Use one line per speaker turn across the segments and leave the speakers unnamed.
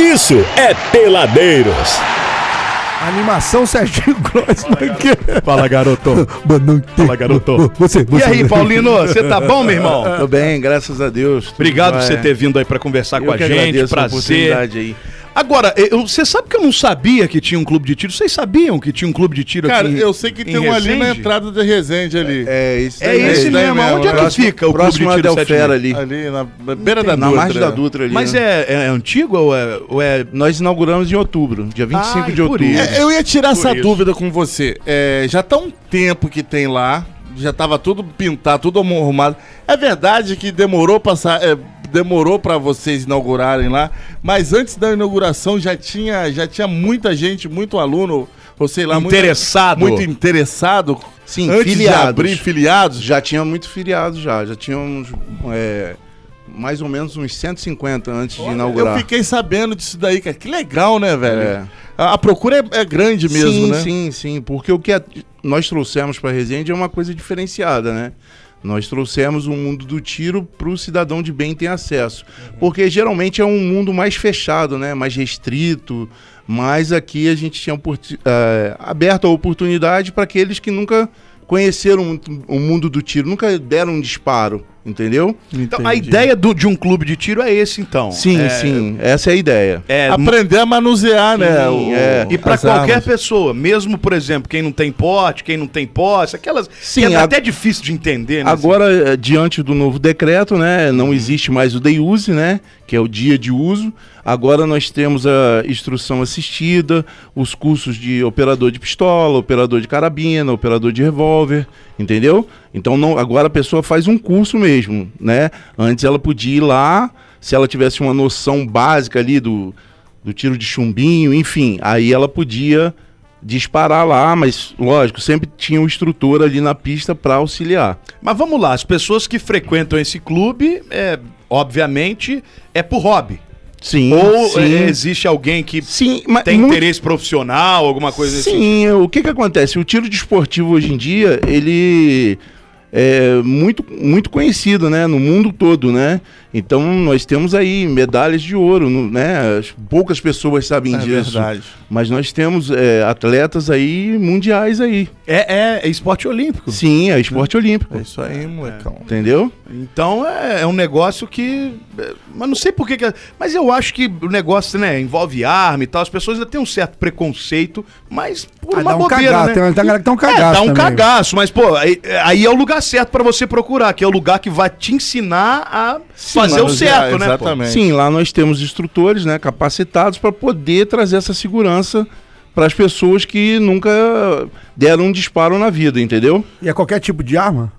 isso é Peladeiros.
Animação Serginho Gross Manqueira.
Fala, garoto.
Boa noite.
Fala, garoto.
Você,
E
você.
aí, Paulino, você tá bom, meu irmão?
Tô bem, graças a Deus.
Obrigado por você ter
teve
vindo aí pra conversar
Eu
com a
que
gente,
agradeço a
prazer.
oportunidade aí.
Agora, eu- você sabe que eu não sabia que tinha um clube de tiro. Vocês sabiam que tinha um clube de tiro
Cara,
aqui? em-
eu sei que
em
tem um ali na
Resende?
entrada de Resende ali.
É isso
É
daí
esse
daí
mesmo. Onde é que
Próximo-
fica o clube
Próximo
de
à
tiro
Delfera ali.
Ali, na beira da
Na
Dutra,
margem da
né?
Dutra ali.
Mas
né?
é, é antigo ou é, ou é-
Nós inauguramos em outubro, dia 25
Ah, e
de
por
outubro.
isso.
É, eu ia tirar essa
isso.
dúvida com você. É, já tá um tempo que tem lá, já tava tudo pintado, tudo arrumado. É verdade que demorou pra, sa- é, demorou pra vocês inaugurarem lá, mas antes da inauguração já tinha, já tinha muita gente, muito aluno, ou sei lá, muita-
Interessado.
muito interessado.
Sim,
Ah, antes de
filiados.
abrir filiados.
Já tinha muito filiado já, já tinha uns, é, mais ou menos uns 150 antes de inaugurar.
Eu fiquei sabendo disso daí, cara. Que legal, né, velho?
É.
A, a procura é, é grande mesmo,
sim,
né?
Sim, sim, porque o que a- nós trouxemos para Resende é uma coisa diferenciada, né? Nós trouxemos o mundo do tiro para o cidadão de bem ter acesso. Porque geralmente é um mundo mais fechado, né? Mais restrito. Mas aqui a gente tinha oportu- eh, aberto a oportunidade para aqueles que nunca conheceram o mundo- o mundo do tiro, nunca deram um disparo, entendeu?
Então, a ideia do- de um clube de tiro é esse, então.
Sim,
É-
sim. Essa é a ideia.
É,
Aprender a manusear, né?
Sim,
o- né?
é.
E pra
as
qualquer
armas.
pessoa, mesmo, por exemplo, quem não tem porte, quem não tem posse, aquelas
Sim,
que é
a-
até difícil de entender, né?
Agora, eh, diante do novo decreto, né, não existe mais o day use, né, que é o dia de uso. Agora nós temos a instrução assistida, os cursos de operador de pistola, operador de carabina, operador de revólver, entendeu? Então não, agora a pessoa faz um curso mesmo, né? Antes ela podia ir lá, se ela tivesse uma noção básica ali do, do tiro de chumbinho, enfim, aí ela podia disparar lá, mas lógico, sempre tinha um instrutor ali na pista para auxiliar.
Mas vamos lá, as pessoas que frequentam esse clube, é, obviamente, é por hobby.
Sim.
Ou
sim,
é, existe alguém que
sim, mas
tem
muito-
interesse profissional, alguma coisa assim?
Sim, é, o que que acontece? O tiro desportivo hoje em dia, ele é muito, muito conhecido, né? No mundo todo, né? Então nós temos aí medalhas de ouro, no- né? As- Poucas pessoas sabem
É
um disso.
verdade.
Mas nós temos é, atletas aí mundiais aí.
É, é- é esporte olímpico.
Sim, é esporte olímpico.
É isso aí, molecão.
Entendeu?
Então é, é um negócio que. é, Mas não sei por que. que- Mas eu acho que o negócio, né, envolve arma e tal. As pessoas ainda têm um certo preconceito, mas por
Ah,
uma
dá um
bobeira,
cagaço,
né?
tem uma- tem uma galera que dá um cagaço
É, dá um
também.
cagaço, mas, pô, aí, aí é o lugar certo pra você procurar, que é o lugar que vai te ensinar a fazer o
manusear,
certo, né? pô?
exatamente.
Sim, lá nós temos instrutores né, capacitados para poder trazer essa segurança para as pessoas que nunca deram um disparo na vida, entendeu?
E é qualquer tipo de arma?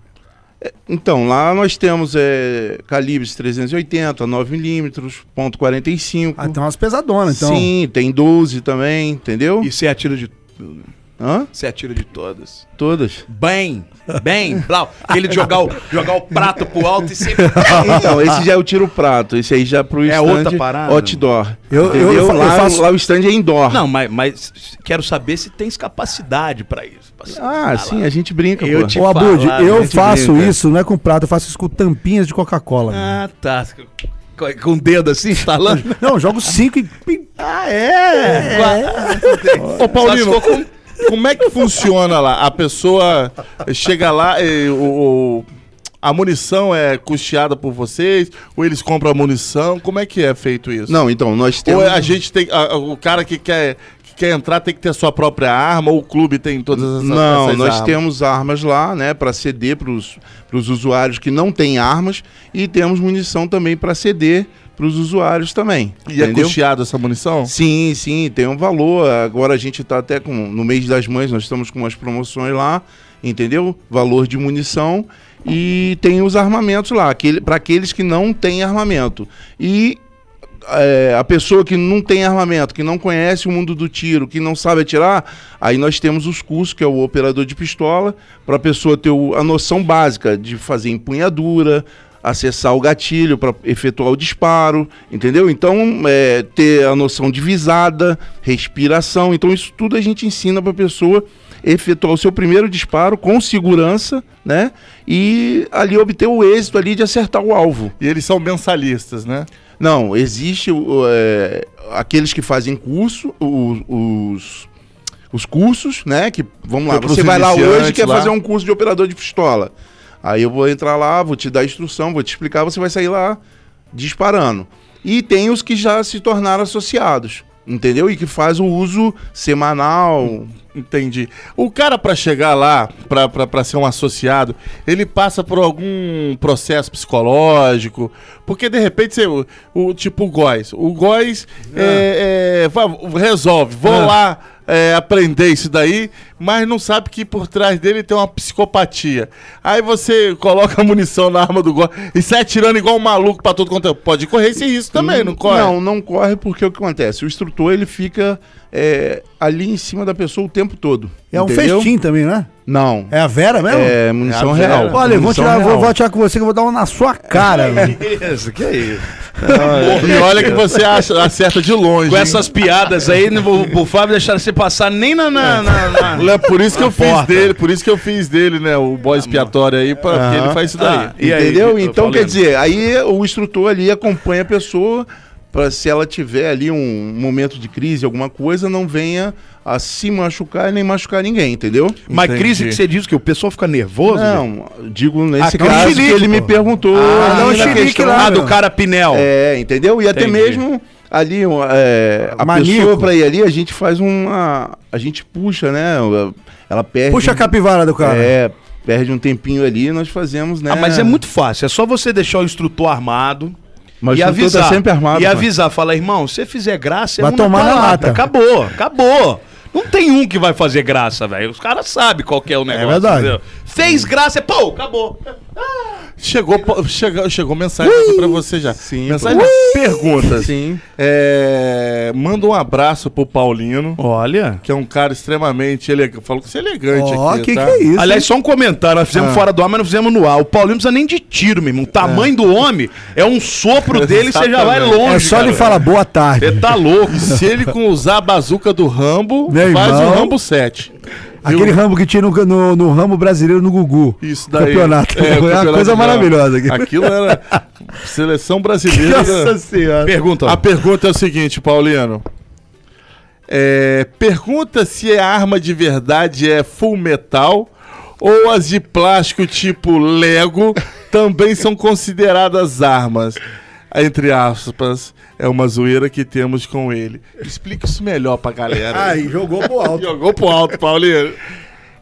Então, lá nós temos é, calibres 380, 9mm, ponto
Ah,
45.
tem umas pesadonas, então.
Sim, tem 12 também, entendeu?
E você atira de.
Hã?
Você atira de todas.
Todas.
Bem, bem, blau. Aquele de jogar o, jogar o prato pro alto e sempre.
Ah.
Então, esse já é o tiro prato, esse aí já pro
É
stand
outra parada.
outdoor.
Eu- eu-
entendeu?
eu fa- eu
lá,
faço-
lá o stand é indoor.
Não, mas, mas quero saber se tens capacidade pra isso. pra se
Ah,
lá.
sim, a gente brinca,
Eu
pô.
te-
Ô, Abud,
falar,
eu
né, de
faço
brinca.
isso, não é com prato, eu faço isso com tampinhas de Coca-Cola. meu.
Ah, tá. Com- Com o dedo assim, instalando.
Não, eu jogo cinco e...
ah, é?
Ô, Paulino, com- como é que funciona lá? A pessoa chega lá e o, o- a munição é custeada por vocês? Ou eles compram a munição? Como é que é feito isso?
Não, então, nós temos...
Ou a gente tem. a- a- o cara que quer, que quer entrar tem que ter a sua própria arma? Ou o clube tem todas essas
Não,
essas
nós
armas?
temos armas lá, né, para ceder para os usuários que não têm armas e temos munição também para ceder para os usuários também.
E é custeado essa munição?
Sim, sim, tem um valor. Agora a gente tá até com no mês das mães, nós estamos com umas promoções lá, entendeu? Valor de munição e tem os armamentos lá, aquele, para aqueles que não têm armamento. E é, a pessoa que não tem armamento, que não conhece o mundo do tiro, que não sabe atirar, aí nós temos os cursos, que é o operador de pistola, para a pessoa ter o- a noção básica de fazer empunhadura, acessar o gatilho para efetuar o disparo, entendeu? Então, é, ter a noção de visada, respiração. Então, isso tudo a gente ensina para a pessoa efetuar o seu primeiro disparo com segurança, né? E ali obter o êxito ali de acertar o alvo.
E eles são mensalistas, né?
Não, existe o, é, aqueles que fazem curso, o- os, os cursos, né? Que, vamos lá,
Tem curso
você vai lá hoje e
iniciante
quer
lá.
fazer um curso de operador de pistola. Aí eu vou entrar lá, vou te dar instrução, vou te explicar, você vai sair lá disparando. E tem os que já se tornaram associados, entendeu? E que faz o uso semanal.
Entendi. O cara, pra chegar lá, pra- pra pra ser um associado, ele passa por algum processo psicológico, porque de repente você, o, o- tipo o Góis. O Góis é, é, va- resolve, vou lá é, aprender isso daí, mas não sabe que por trás dele tem uma psicopatia. Aí você coloca a munição na arma do Góis e sai atirando igual um maluco pra todo quanto é. Pode correr esse risco também, não corre?
Hum, Não, não corre porque o que acontece? O instrutor ele fica é, ali em cima da pessoa o tempo todo.
É um
entendeu?
festim também, né?
Não.
É a Vera mesmo?
É, munição
É a Vera.
real.
Olha, eu vou
Munição
tirar, vou,
real.
vou atirar com você que eu vou dar uma na sua cara. velho.
Isso, que é isso.
E olha que você acha- acerta de longe.
Com
hein?
essas piadas aí, não vou- o Fábio deixar você passar nem na. na, na- na-
É por isso que eu fiz
porta.
dele, por isso que eu fiz dele, né? O boy expiatório aí, pra, porque ele faz isso daí.
Ah, e aí,
Ah, entendeu?
Vitor
então, quer
Paulino?
dizer, aí o instrutor ali acompanha a pessoa para se ela tiver ali um momento de crise, alguma coisa, não venha a se machucar e nem machucar ninguém, entendeu?
Mas
Entendi.
crise que você diz que o pessoal fica nervoso? gente?
Não, digo nesse
Ah, dá um
caso
chilique,
que ele me
pô.
perguntou.
Ah,
ali
dá um
na
chilique
questão.
lá,
Ah,
do cara Pinel.
É, entendeu? E até
Entendi.
mesmo ali, um, é, a
Maníaco.
pessoa pra ir ali, a gente faz uma. A gente puxa, né? Ela perde. um
Puxa a capivara do cara.
É, perde um tempinho ali e nós fazemos, né?
né? Ah, mas é muito fácil. É só você deixar o instrutor armado.
Mas
e
o instrutor
avisar.
tá sempre armado.
e
mano.
avisar, fala, irmão, se você fizer graça, é
Vai
uma
tomar na
calada.
lata.
Acabou, acabou. Não tem um que vai fazer graça, velho. Os caras sabem qual que é o negócio.
verdade.
Fez graça, é pô, acabou.
Chegou, po- chega- chegou mensagem aqui pra você já.
Sim,
mensagem
pô.
de perguntas.
Sim.
É, manda um abraço pro Paulino,
Olha.
que é um cara extremamente elegante. Falou que você é elegante
Ó,
aqui,
que
tá?
que é isso?
Aliás, só um comentário. Nós fizemos fora do ar, mas não fizemos no ar. O Paulinho não precisa nem de tiro, meu irmão. O tamanho do homem é um sopro dele e você já vai
Exatamente.
longe.
é só
cara.
ele falar boa tarde.
Você tá louco.
Se ele com usar a bazuca do Rambo,
Meu
faz
irmão.
o Rambo 7.
Aquele ramo que tinha no, no- no ramo brasileiro no Gugu.
Isso daí.
Campeonato. É,
o
uma
campeonato
coisa
de-
maravilhosa aqui.
Aquilo era seleção brasileira.
senhora.
Pergunta.
A pergunta é o seguinte, Paulino. É, pergunta se a arma de verdade é full metal ou as de plástico tipo Lego também são consideradas armas. Entre aspas, é uma zoeira que temos com ele. Explica isso melhor pra galera.
Aí, jogou pro alto.
Jogou pro alto, Paulino.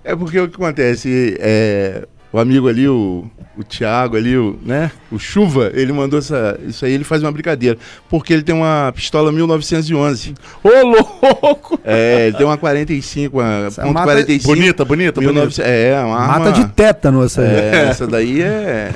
É porque o que acontece? é, o amigo ali, o, o Thiago ali, o, né? O Chuva, ele mandou essa, isso aí, ele faz uma brincadeira. Porque ele tem uma pistola 1911.
Ô, louco!
É, ele tem uma 45, uma
Essa
ponto
mata-
45.
Bonita, tá bonita, bonita.
1900, é, uma arma...
Mata de tétano essa aí.
É, essa daí é,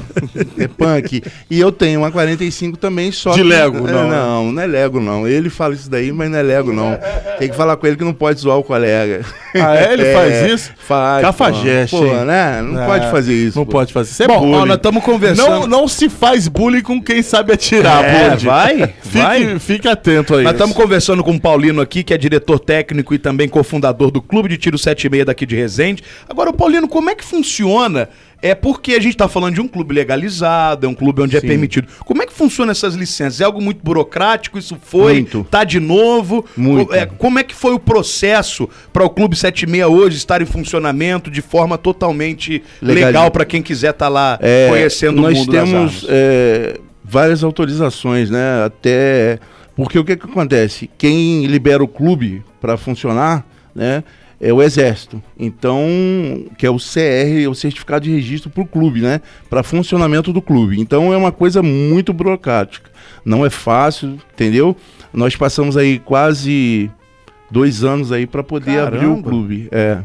é punk. E eu tenho uma 45 também, só.
De
que-
Lego,
é,
não,
não.
né?
Não, é Lego, não. Ele fala isso daí, mas não é Lego, não. Tem que falar com ele que não pode zoar o colega.
Ah, é? Ele faz isso?
Faz.
Cafajeste,
Pô,
hein?
né? Não
Ah,
pode fazer isso.
Não
pô.
pode fazer. Isso é
Bom, ó,
bullying.
nós estamos
Não,
conversando.
não se faz bullying com quem sabe atirar, Bud.
É, vai, tá
Fique, fique atento aí.
Nós estamos conversando com o Paulino aqui, que é diretor técnico e também cofundador do Clube de Tiro 76 daqui de Resende. Agora, Paulino, como é que funciona? É porque a gente está falando de um clube legalizado, é um clube onde é permitido. Como é que funciona essas licenças? É algo muito burocrático? Isso foi?
Muito.
Tá de novo?
Muito.
Co- é, como é que foi o processo para o Clube 76 hoje estar em funcionamento de forma totalmente
Legaliz-
legal para quem quiser estar lá
É,
conhecendo
nós
o mundo das
temos
armas?
é, várias autorizações, né? Até porque o que, que acontece? Quem libera o clube para funcionar, né? É o Exército, então que é o CR, é o certificado de registro para o clube, né? Para funcionamento do clube. Então é uma coisa muito burocrática. Não é fácil, entendeu? Nós passamos aí quase dois anos aí para poder abrir o
Caramba.
clube. É.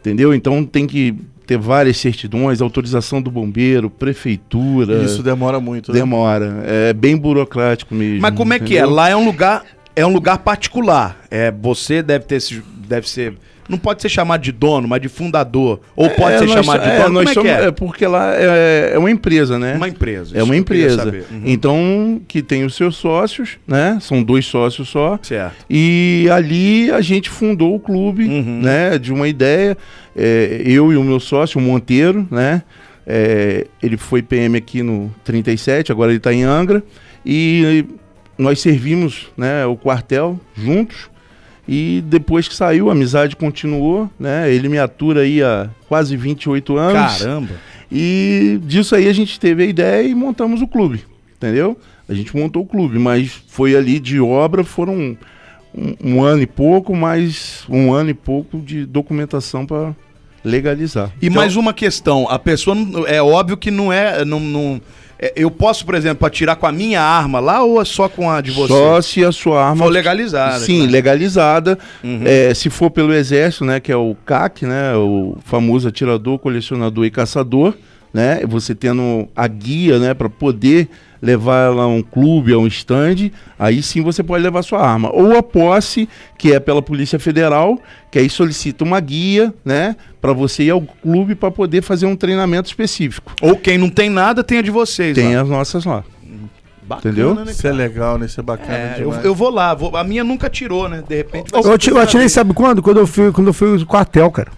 Entendeu? Então tem que ter várias certidões, autorização do bombeiro, prefeitura.
Isso demora muito. né?
demora. É bem burocrático mesmo.
Mas como é que é?
entendeu?
Lá é um lugar, é um lugar particular. É, você deve ter esse, deve ser, não pode ser chamado de dono, mas de fundador, ou pode
É,
ser
nós-
chamado de
é,
dono,
nós
como é que
somos-
é?
porque lá é, é uma empresa, né?
Uma empresa.
é
isso
uma
que eu queria
empresa.
saber. Uhum.
Então, que tem os seus sócios, né? São dois sócios só.
Certo.
E ali a gente fundou o clube,
Uhum.
né? De uma ideia. É, eu e o meu sócio, o Monteiro, né? é, ele foi PM aqui no 37, agora ele está em Angra. tá E nós servimos né, o quartel juntos. E depois que saiu, a amizade continuou, né? Ele me atura aí há quase 28
Uhum.
anos.
Caramba.
E disso aí a gente teve a ideia e montamos o clube, entendeu? A gente montou o clube, mas foi ali de obra, foram um, um ano e pouco, mais um ano e pouco de documentação para legalizar. Então,
E mais uma questão, a pessoa não- é óbvio que não é, não, não- é, eu posso, por exemplo, atirar com a minha arma lá ou é só com a de você?
Só se a sua arma
For legalizada. né?
Sim,
claro.
legalizada.
Uhum.
É, se for pelo exército, né, que é o CAC, né, o famoso atirador, colecionador e caçador, né, você tendo a guia, né, para poder levar ela a um clube, a um stand, aí sim você pode levar sua arma. Ou a posse, que é pela Polícia Federal, que aí solicita uma guia, né, para você ir ao clube para poder fazer um treinamento específico.
Ou quem não tem nada tem a de vocês.
Tem
lá.
as nossas lá.
Bacana,
entendeu?
né,
Isso é legal, né? Isso é
cara?
bacana
É, eu,
demais.
eu vou lá, vou- a minha nunca tirou, né? De repente. vai
Eu,
ser
ti- eu atirei, sabe quando? Quando eu fui, quando eu fui no quartel, cara.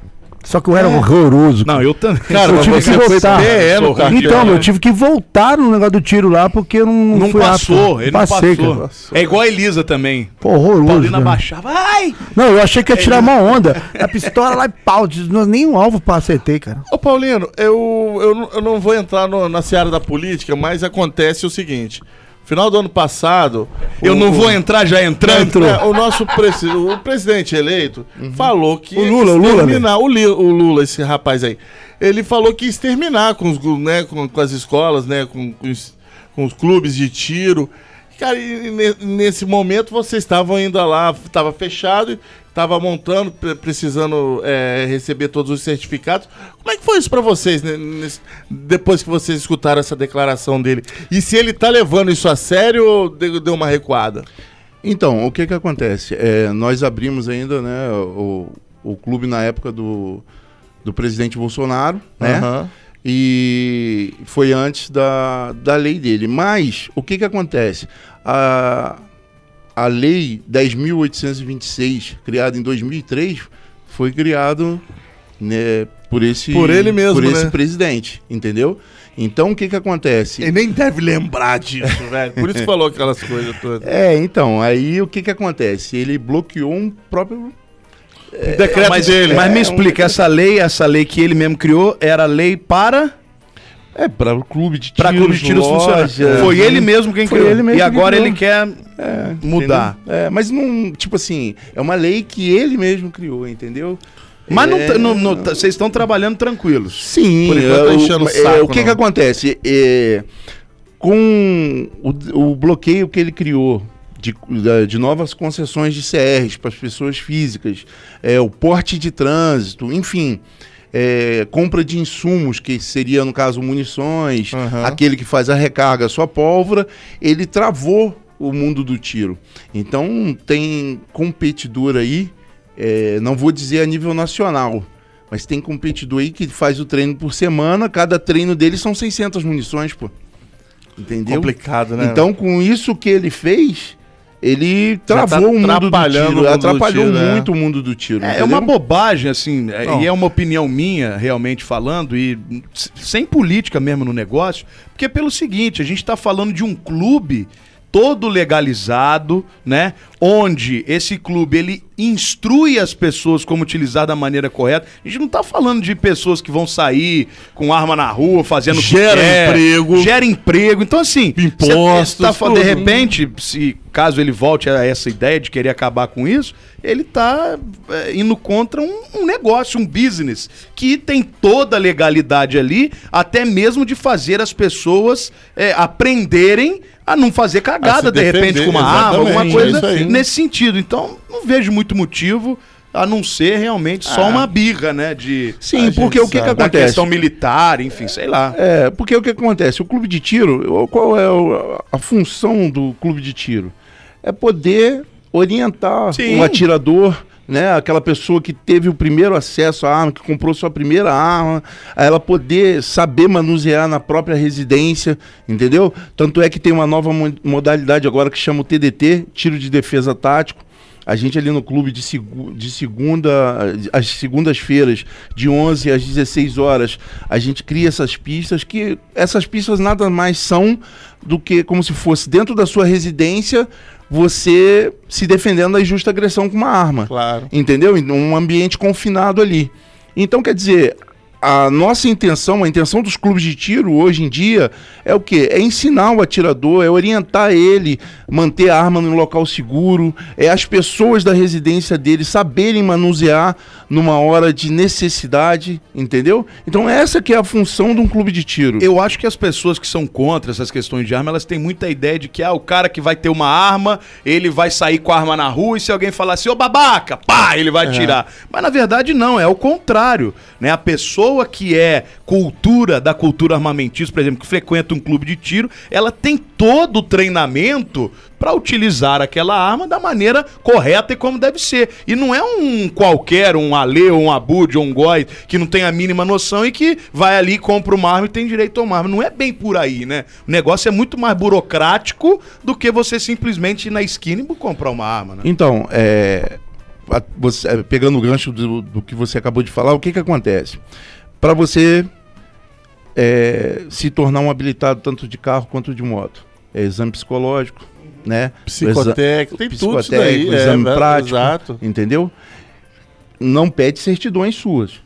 Só que eu era horroroso.
Não, eu também.
eu tive que voltar.
PM,
Então,
cara.
então, eu tive que voltar no negócio do tiro lá porque eu não,
não
fui apto.
passou, ele
Passei,
não
cara.
passou. É igual a Elisa também.
Pô, horroroso.
Paulina
cara.
baixava. Ai!
Não, eu achei que ia tirar uma onda. A pistola lá e pau. diz- não- Nenhum alvo pra acertei, cara.
Ô Paulino, eu, eu, não- eu não vou entrar no- na seara da política, mas acontece o seguinte. Final do ano passado.
Eu
o-
não vou entrar já entrando.
É, o nosso presi- o presidente eleito falou que
Uhum. O Lula, né? o Lula,
exterminar o, Li- o Lula, esse rapaz aí. Ele falou que ia exterminar com os gu- né, com, com as escolas, né, com, com os, com os clubes de tiro. Cara, e ne- nesse momento vocês estavam ainda lá, estava fechado, estava montando, pre- precisando é, receber todos os certificados. Como é que foi isso para vocês né, nesse- depois que vocês escutaram essa declaração dele? E se ele tá levando isso a sério ou deu deu uma recuada?
Então, o que que acontece? É, nós abrimos ainda, né, o, o clube na época do, do presidente Bolsonaro, né?
Aham.
E foi antes da, da lei dele. Mas, o que que acontece? A, a lei 10.826, criada em 2003, foi criado né, por esse...
Por ele mesmo,
Por esse
né?
presidente, entendeu? Então, o que que acontece?
Ele nem deve lembrar disso, velho. Por isso que falou aquelas coisas todas.
É, então, aí o que que acontece? Ele bloqueou um próprio
decreto
mas,
dele.
mas me
É, um-
explica, essa lei, essa lei que ele mesmo criou, era lei para.
É, para o clube de tiros.
Para clube de tiros funcionar.
lojas,
Foi
né?
ele mesmo quem
Foi
criou.
ele mesmo
e
que
agora
criou.
ele quer
É,
mudar.
entendeu? É, mas não, tipo assim, é uma lei que ele mesmo criou, entendeu?
Mas não
É,
tá- não- não tá- vocês estão trabalhando tranquilos.
Sim,
Por enquanto tá
é, o-
enchendo o
é,
saco,
o que
não.
que acontece? É, com o, o bloqueio que ele criou de, da- de novas concessões de CRs para as pessoas físicas, é, o porte de trânsito, enfim, é, compra de insumos, que seria, no caso, munições,
Aham.
aquele que faz a recarga, a sua pólvora, ele travou o mundo do tiro. Então, tem competidor aí, é, não vou dizer a nível nacional, mas tem competidor aí que faz o treino por semana, cada treino dele são 600 munições, pô. Entendeu?
Complicado, né?
Então, com isso que ele fez, ele
Já tá
travou o mundo do
atrapalhando o mundo do
tiro, atrapalhou
tiro, é.
muito o mundo do tiro.
É,
entendeu?
uma bobagem, assim, é-
Não.
e é uma opinião minha, realmente falando, e s- sem política mesmo no negócio, porque é pelo seguinte, a gente está falando de um clube todo legalizado, né? Onde esse clube ele instrui as pessoas como utilizar da maneira correta. A gente não tá falando de pessoas que vão sair com arma na rua, fazendo o que
Gera
quer,
emprego.
Gera emprego. Então assim, cê-
Impostos,
tá fa- de
tudo.
repente repente, se caso ele volte a essa ideia de querer acabar com isso, ele tá é, indo contra um, um negócio, um business, que tem toda a legalidade ali, até mesmo de fazer as pessoas é, aprenderem a não fazer
A se
cagada, de
defender,
repente, com uma arma,
exatamente,
alguma
isso
coisa
aí.
nesse sentido. Então, não vejo muito motivo. A não ser realmente
Ah.
só uma birra, né? De.
Sim,
a
porque
gente
o que, que
sabe.
Da
acontece?
questão militar, enfim, sei lá.
É, porque o que acontece? O clube de tiro, o- qual é o- a função do clube de tiro? É poder orientar
Sim.
um atirador, né? Aquela pessoa que teve o primeiro acesso à arma, que comprou sua primeira arma, a ela poder saber manusear na própria residência, entendeu? Tanto é que tem uma nova mo- modalidade agora que chama o TDT, tiro de defesa tático. A gente ali no clube de, segu- de segunda, às segundas-feiras, de 11 às 16 horas, a gente cria essas pistas, que essas pistas nada mais são do que como se fosse dentro da sua residência você se defendendo da injusta agressão com uma arma.
Claro.
Entendeu? Em Um ambiente confinado ali. Então, quer dizer, a nossa intenção, a intenção dos clubes de tiro hoje em dia é o quê? É ensinar o atirador, é orientar ele, manter a arma no local seguro, é as pessoas da residência dele saberem manusear numa hora de necessidade, entendeu? Então essa que é a função de um clube de tiro.
Eu acho que as pessoas que são contra essas questões de arma, elas têm muita ideia de que ah, o cara que vai ter uma arma, ele vai sair com a arma na rua e se alguém falar assim, ô babaca, pá, ele vai atirar. Mas na verdade não, é o contrário. Né? A pessoa que é cultura da cultura armamentista, por exemplo, que frequenta um clube de tiro, ela tem todo o treinamento para utilizar aquela arma da maneira correta e como deve ser. E não é um qualquer, um Ale, ou um Abud, ou um Góis, que não tem a mínima noção e que vai ali, compra uma arma e tem direito a uma arma. Não é bem por aí, né? O negócio é muito mais burocrático do que você simplesmente ir na esquina e comprar uma arma, né?
Então, é, a- você- é, pegando o gancho do, do que você acabou de falar, o que, que acontece? Para você é, se tornar um habilitado tanto de carro quanto de moto, é exame psicológico, né? O exa-
Psicotécnico, tem tudo isso daí.
psicotécnico, exame
é,
prático,
Exato.
entendeu? Não pede certidões suas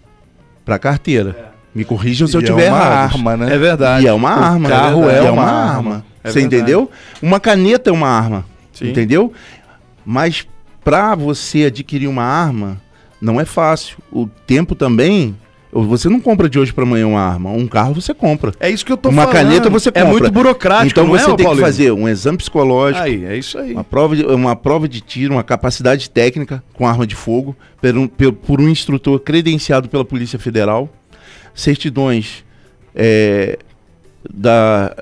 para carteira. Me corrijam se eu
É. E
tiver
é uma
errado.
arma, né?
verdade.
E é uma arma.
carro
E
é
uma,
uma
arma.
arma. É
você
verdade.
entendeu? Uma caneta é uma arma.
Sim.
Entendeu? Mas pra você adquirir uma arma, não é fácil. O tempo também. Você não compra de hoje pra amanhã uma arma. Um carro você compra.
É isso que eu tô
Uma
falando.
caneta você
É
compra.
muito burocrático,
então
não
você
é, ô
tem que
Paulinho?
fazer um exame psicológico.
Aí, é isso aí.
Uma prova, de, uma prova de tiro, uma capacidade técnica com arma de fogo por um, pe- por um instrutor credenciado pela Polícia Federal, certidões é, da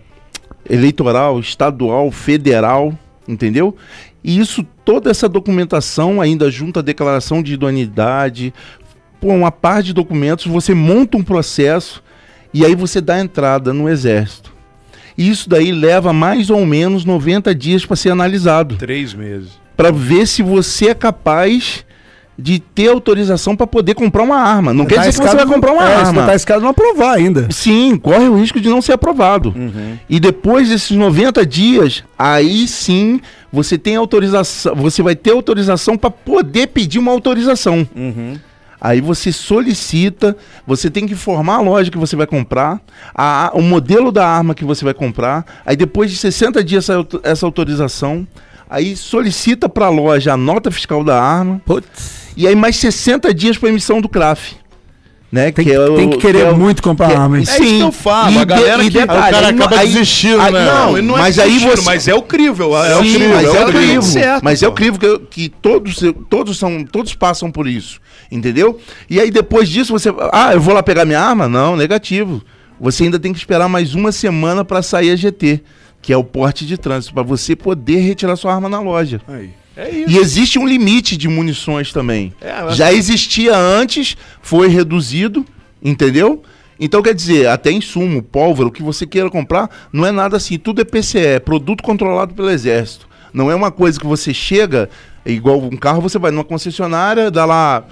eleitoral, estadual, federal, entendeu? E isso, toda essa documentação ainda junto à declaração de idoneidade, pô, uma par de documentos, você monta um processo e aí você dá entrada no exército. E Isso daí leva mais ou menos 90 dias para ser analisado,
Três meses.
para ver se você é capaz de ter autorização para poder comprar uma arma. Não quer
Tá
dizer que você vai
escado-
comprar uma
é,
arma.
Tá esse cara não aprovar ainda.
Sim, corre o risco de não ser aprovado.
Uhum.
E depois desses 90 dias, aí sim você tem autorização, você vai ter autorização para poder pedir uma autorização.
Uhum.
Aí você solicita, você tem que informar a loja que você vai comprar, a- o modelo da arma que você vai comprar. Aí depois de 60 dias essa, auto- essa autorização, aí solicita para a loja a nota fiscal da arma. E aí mais 60 dias para emissão do CRAF. Né?
Tem,
que é o-
tem que querer
é o-
muito comprar
que-
arma, hein?
É isso que eu falo, a
de-
galera que-
detalhe,
Aí o cara
aí não- é-
acaba
aí-
desistindo,
aí-
né?
Não,
Não, e
não
mas aí
mentira,
você...
Mas é o crível. É o
Sim,
crível,
mas é o
crível.
crivo.
Certo,
mas é o
pô.
crivo que, que todos, todos são, todos passam por isso, entendeu? E aí depois disso você, ah, eu vou lá pegar minha arma? Não, negativo. Você ainda tem que esperar mais uma semana para sair a GT, que é o porte de trânsito, para você poder retirar sua arma na loja.
Aí. É isso.
E existe um limite de munições também.
É, eu
Já existia antes, foi reduzido, entendeu? Então quer dizer, até insumo, pólvora, o que você queira comprar, não é nada assim. Tudo é PCE, é produto controlado pelo Exército. Não é uma coisa que você chega, é igual um carro, você vai numa concessionária, dá lá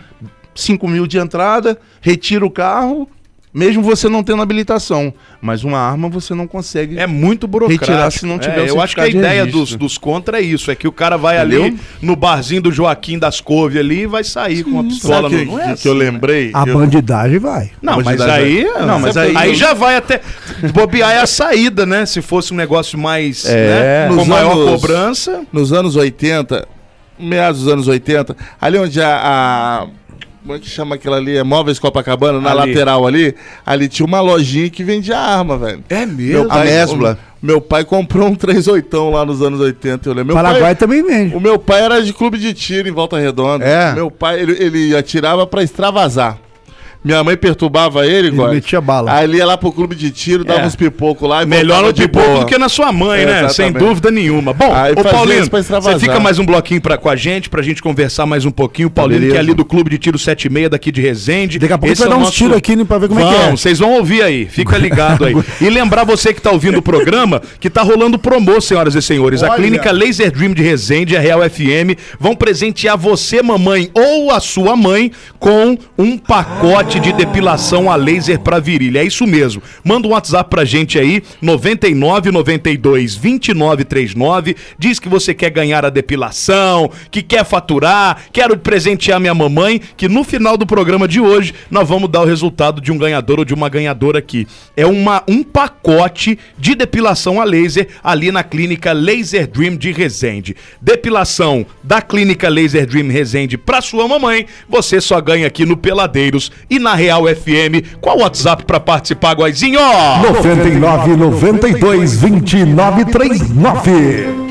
5 mil de entrada, retira o carro, mesmo você não tendo habilitação. Mas uma arma você não consegue.
É muito burocrático.
Retirar se não tiver
É,
o
eu acho que a
certificado de
ideia dos,
registro.
dos contra é isso. É que o cara vai ali
Entendeu?
no barzinho do Joaquim das Couve ali e vai sair com uma pistola
Sabe
no...
que,
Não, é
que
assim.
eu lembrei?
A
Eu-
bandidagem vai.
Não, mas
Hoje dá-
aí...
Não, mas aí-
aí já vai até... Bobear é a saída, né? Se fosse um negócio mais...
É,
né, Com
Nos
maior
anos-
cobrança...
nos anos 80, meados dos anos 80, ali onde a. a- como é que chama aquela ali? É Móveis Copacabana, na
Ali.
lateral ali. Ali tinha uma lojinha que vendia arma, velho.
É
Meu
mesmo?
A Mesbla.
o- meu pai comprou um 38 lá nos anos 80, eu lembro. Meu
Paraguai
pai,
também vende.
o meu pai era de clube de tiro em Volta Redonda.
É.
Meu pai, ele, ele atirava pra extravasar. Minha mãe perturbava ele,
Ele
Góis.
metia bala.
Aí ele ia lá pro clube de tiro, dava
É.
uns pipocos lá. e
Melhor
voltava
no
de
pipoco
boa.
do que na sua mãe, né?
É, exatamente.
Sem dúvida nenhuma. Bom,
Aí
ô
fazia
Paulinho,
isso pra
você
extravasar.
fica mais um bloquinho pra, com a gente, pra gente conversar mais um pouquinho. O Paulinho, que é ali do Clube de Tiro 76, daqui de Resende.
Daqui a pouco
Esse
vai
é
dar
o
uns
nosso-
tiros aqui né, pra ver como é que é.
Vamos, vocês vão ouvir aí, fica ligado aí. E lembrar você que está ouvindo o programa que está rolando promo, senhoras e senhores. A
Olha.
clínica Laser Dream de Resende, a Real FM, vão presentear você, mamãe, ou a sua mãe, com um pacote de depilação a laser para virilha. É isso mesmo. Manda um WhatsApp pra gente aí, 99 92 29 39. Diz que você quer ganhar a depilação, que quer faturar, quero presentear minha mamãe, que no final do programa de hoje nós vamos dar o resultado de um ganhador ou de uma ganhadora aqui. É uma, um pacote de depilação a laser ali na clínica Laser Dream de Resende. Depilação da clínica Laser Dream Resende pra sua mamãe, você só ganha aqui no Peladeiros e na Real FM. Qual o WhatsApp pra participar, Guaizinho?
99 92 29 39.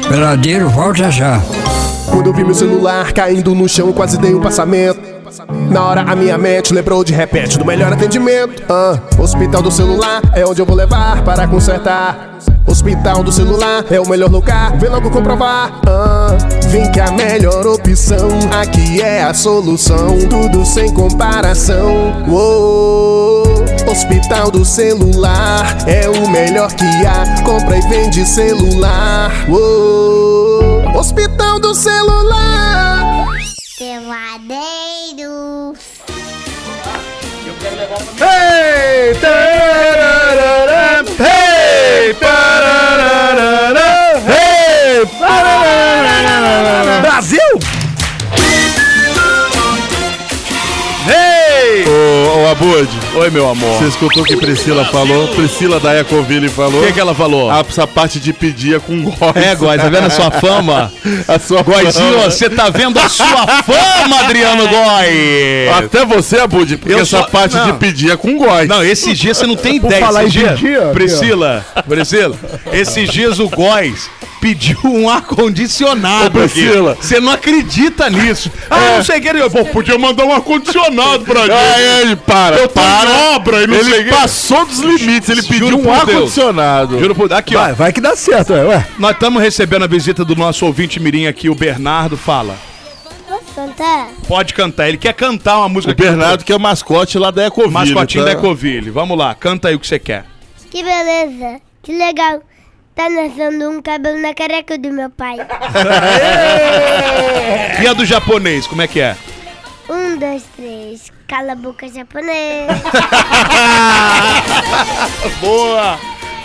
Peladeiro, volta já.
Quando eu vi meu celular caindo no chão, eu quase dei um passamento. Na hora a minha mente lembrou de repente do melhor atendimento. Ah, hospital do celular é onde eu vou levar para consertar. Hospital do celular é o melhor lugar, vem logo comprovar. Ah, vem que a melhor opção aqui é a solução. Tudo sem comparação. Uou. Hospital do celular é o melhor que há. Compra e vende celular. Uou. Hospital do celular.
Peladeiros.
Ei, tararara, ei, pararara, ei, pararara. Brasil! Ei!
Ô, ô Abud,
Oi, meu amor.
você escutou o que Priscila falou? Priscila da Ecoville falou.
O que, que ela falou?
Ah, essa parte de pedir é com Góis.
É, Góis, tá vendo a sua fama?
A sua
Góizinho,
fama.
você tá vendo a sua fama, Adriano Góis!
Até você, Abud, porque
Eu
essa
só-
parte
não.
de pedir é com Góis.
Não, esses dias você não tem ideia.
falar
esses
em
dias,
pedir, ó,
Priscila, Priscila, esses dias o Góis pediu um ar-condicionado.
Ô, Priscila. É.
aqui. Você não acredita nisso. Ah, não sei o que. Ele, Pô, podia mandar um ar-condicionado pra
Ah, ele para,
Eu tô
para.
em obra e não
ele
sei o quê.
passou dos limites, ele
Juro
pediu
por
um
Deus.
ar-condicionado.
Juro por Aqui, ó.
Vai, É, vai que dá certo, ué. ué.
Nós estamos recebendo a visita do nosso ouvinte mirim aqui, o Bernardo. Fala.
Posso cantar?
Pode cantar. Ele quer cantar uma música
O Bernardo, que é o mascote lá da Ecoville.
Mascotinho
tá?
da Ecoville. Vamos lá, canta aí o que você quer.
Que beleza, que legal. Tá nascendo um cabelo na careca do meu pai.
E a do japonês, como é que é?
Um, dois, três. Cala a boca, japonês.
Boa!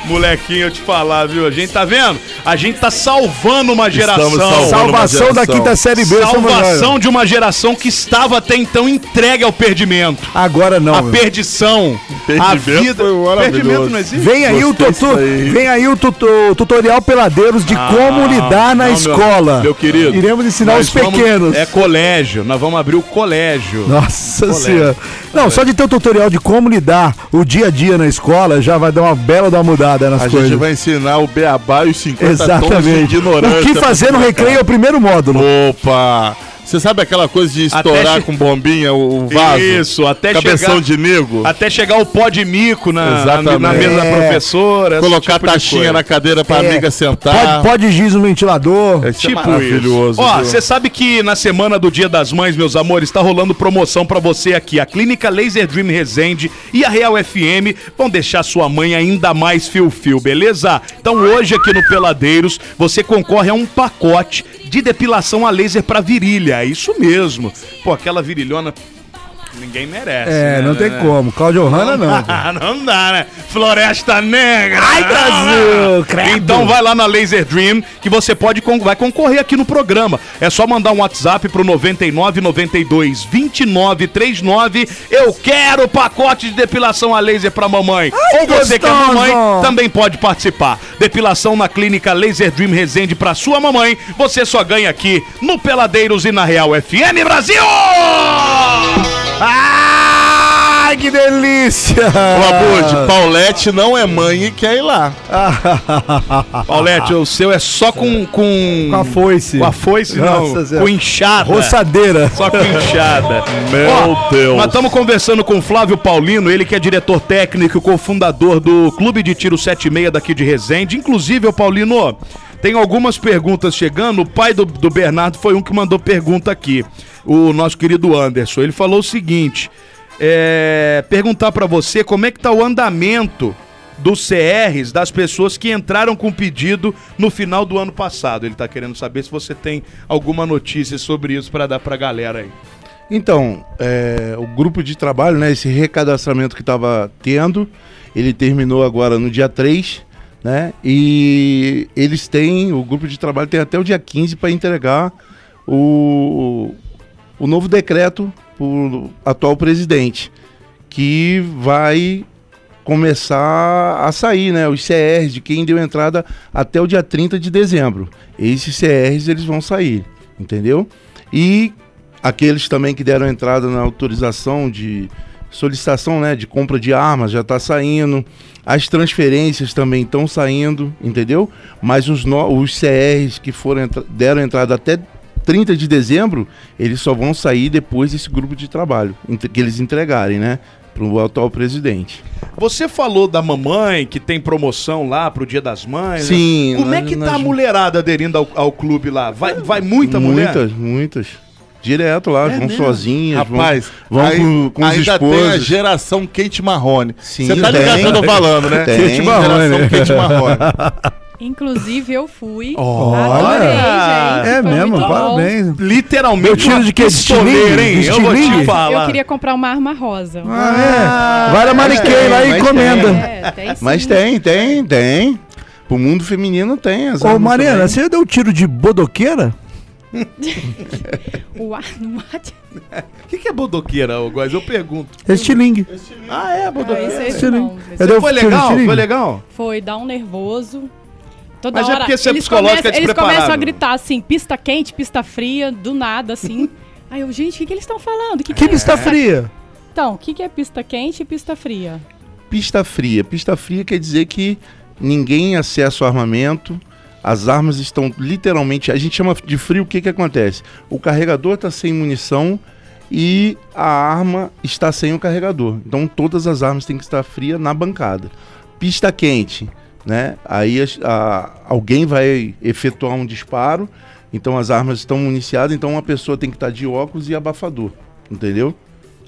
Molequinho, eu te falar, viu? A gente tá vendo? A gente tá salvando uma geração.
salvando
Salva-
Salvação da
geração.
quinta série B, essa mulher.
Salvação de uma geração que estava até então entregue ao perdimento.
Agora não.
à
meu.
perdição. à
Perdimento
vida.
foi maravilhoso.
Perdimento não existe?
Vem aí o
Gostei
tutu,
disso aí.
vem aí o tutu- tutorial peladeiros de como lidar na
não, meu-
escola.
meu querido,
Iremos ensinar
Nós
os
vamos-
pequenos.
É colégio. Nós vamos abrir o colégio.
Nossa senhora. Não, só de ter o tutorial de como lidar o dia a dia na escola já vai dar uma bela da mudada nas
A
coisas.
gente vai ensinar o Beabá e os 50 tons de
Exatamente.
ignorância.
O que fazer no recreio é o primeiro módulo.
Opa! Você sabe aquela coisa de estourar
Até che-
com bombinha o o vaso?
Isso, até
Cabeção
chegar-
de nego?
Até chegar o pó de mico na, na- na,
Exatamente.
mesa da
É.
professora. esse
Colocar
tipo de
taxinha
coisa.
na cadeira pra
É.
amiga sentar.
Pode, pode giz no ventilador.
É
Tipo isso.
maravilhoso.
Ó,
viu?
você sabe que na semana do Dia das Mães, meus amores, tá rolando promoção pra você aqui. A Clínica Laser Dream Resende e a Real FM vão deixar sua mãe ainda mais fio-fio, beleza? Então hoje aqui no Peladeiros, você concorre a um pacote de depilação a laser pra virilha. É isso mesmo. Pô, aquela virilhona ninguém merece.
É,
né?
não tem como. Claudio Hanna não.
Ah, não dá, né? Floresta Negra! Ai,
Brasil, credo.
Então vai lá na Laser Dream que você pode con- vai concorrer aqui no programa. É só mandar um WhatsApp pro 9992 2939. Eu quero pacote de depilação a laser pra mamãe. Ou você que é
gostoso.
mamãe, também pode participar. Depilação na clínica Laser Dream Resende pra sua mamãe. Você só ganha aqui no Peladeiros e na Real FM Brasil! Ah!
Ai, que delícia!
Ô,
Ah.
Abud, Paulette não é mãe e quer ir lá.
Paulette, o seu é só com. Com,
ah. Com a foice.
Com a foice, né?
Nossa
não.
Senhora.
Com inchada.
Roçadeira.
Só com inchada. Meu Deus. Nós estamos conversando com o Flávio Paulino, ele que é diretor técnico e cofundador do Clube de Tiro 76 daqui de Resende. Inclusive, ô Paulino, tem algumas perguntas chegando. O pai do, do Bernardo foi um que mandou pergunta aqui. O nosso querido Anderson. Ele falou o seguinte: é, perguntar pra você como é que tá o andamento dos CRs das pessoas que entraram com pedido no final do ano passado. Ele tá querendo saber se você tem alguma notícia sobre isso pra dar pra galera aí.
Então, é, o grupo de trabalho, né, esse recadastramento que estava tendo, ele terminou agora no dia 3, né? E eles têm, o grupo de trabalho tem até o dia 15 para entregar o, o novo decreto pro atual presidente, que vai começar a sair, né? Os CRs de quem deu entrada até o dia 30 de dezembro. Esses CRs eles vão sair, entendeu? E aqueles também que deram entrada na autorização de solicitação, né, de compra de armas já está saindo. As transferências também estão saindo, entendeu? Mas os, no- os CRs que foram entra- deram entrada até 30 de dezembro, eles só vão sair depois desse grupo de trabalho entre- que eles entregarem, né, para o atual presidente.
Você falou da mamãe que tem promoção lá pro Dia das Mães. né?
Sim,
Como é
nós-
que tá
nós-
a mulherada aderindo ao, ao clube lá? Vai, vai muita mulher? É
Muitas, muitas. Direto lá, vão sozinhas,
Rapaz,
vão, vão
aí-
com, com os
ainda tem a
esposos.
geração Kate Marrone.
Sim,
Você tá ligado
tem.
que eu tô falando, né?
Tem.
Kate Marrone. Geração Kate Marrone.
Inclusive, eu fui.
Olha!
gente.
É
Foi
mesmo,
muito bom.
parabéns.
Literalmente.
Meu tiro
uma
de quê? De
pistoleira,
estilingue?
hein?
De
Eu vou te
estilingue?
falar.
Eu queria comprar uma arma rosa.
Ah, é. Vai na Mariquei
tem,
lá e
mas
encomenda.
É, tem sim.
Mas tem, tem, tem. Pro mundo feminino tem. As
Ô,
armas
Mariana,
também.
você deu um tiro de bodoqueira?
O ar no mate.
O que, que é bodoqueira, ô Góis? Eu pergunto.
É estilingue.
Ah, é,
Não, esse é esse
Sim.
não. Esse
Eu dei-
Foi
Tiro de
legal,
estilingue?
foi legal.
Foi dar um nervoso. Toda
Mas é
hora.
porque você é
eles
psicológica
começam, eles
despreparado.
começam a gritar assim, pista quente, pista fria, do nada, assim. Aí eu, gente, o que, que eles estão falando? O Que que
Que
é?
pista fria.
Então, o que, que é pista quente e pista fria?
Pista fria. Pista fria quer dizer que ninguém acessa o armamento. As armas estão literalmente. A gente chama de frio, o que, que acontece? O carregador está sem munição e a arma está sem o carregador. Então todas as armas têm que estar frias na bancada. Pista quente, né? Aí as- a- alguém vai efetuar um disparo, então as armas estão municiadas, então uma pessoa tem que estar de óculos e abafador, entendeu?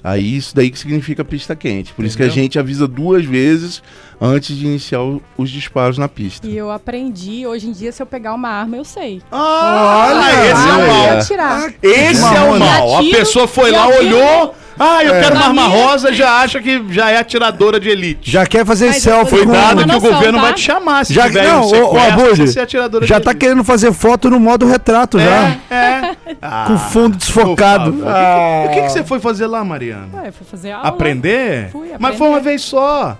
Aí isso daí que significa pista quente. Por isso que a gente avisa duas vezes antes de iniciar o- os disparos na pista.
E eu aprendi, hoje em dia, se eu pegar uma arma, eu sei.
Olha, esse é o
Ah, eu
mal.
ia tirar.
Esse é o mal. A
Atiro,
pessoa foi lá,
eu atiro.
olhou. Ah,
É.
eu quero uma arma
Amiga.
rosa, já acha que já é atiradora de elite.
Já quer fazer
Mas
selfie
eu tô-
Cuidado
Uma
que o
noção,
governo
tá?
vai te chamar. Se
Já-
tiver
não,
um
ô, ô,
sequestro,
Abud,
você é atiradora
Já
de
tá
elite.
querendo fazer foto no modo retrato já.
É, é.
Ah.
Com o fundo desfocado. Ah.
Por favor. O que, que você foi fazer lá, Mariana?
Ué, É, fui fazer aula.
Aprender?
Fui
Mas foi
aprender.
uma vez só.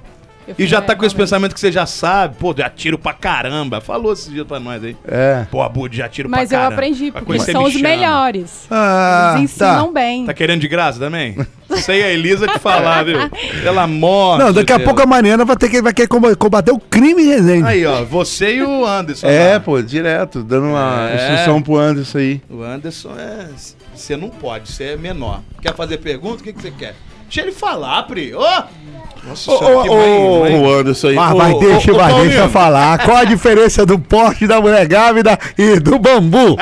Eu fui
E já tá
levar
com esse
uma vez.
pensamento que você já sabe. Pô, já tiro pra caramba. Falou esses dias pra nós aí.
É.
Pô, Abud, já tiro
Mas
pra
eu
caramba.
aprendi,
Vai
porque
conhecer
são os
Michana.
melhores.
Ah,
Eles ensinam bem.
Tá querendo de graça também? Sei a Elisa te falar, viu? Pela morte.
Não, daqui a pouco a Mariana vai, ter que, vai querer comba- combater o crime em Resende.
Ah, Aí, ó, você e o Anderson.
É,
Tá lá.
pô, direto, dando uma
É.
instrução pro Anderson aí.
O Anderson é. Você não pode, você é menor. Quer fazer pergunta? O que, que você quer? Deixa ele falar, Pri. Ô! Nossa,
Ô,
senhora, que mãe,
ô,
mãe.
ô, Anderson aí.
Ah,
Ô,
mas
ô,
deixa,
ô,
mas
Paulinho,
deixa eu falar. Qual a diferença do porte da mulher grávida e do bambu?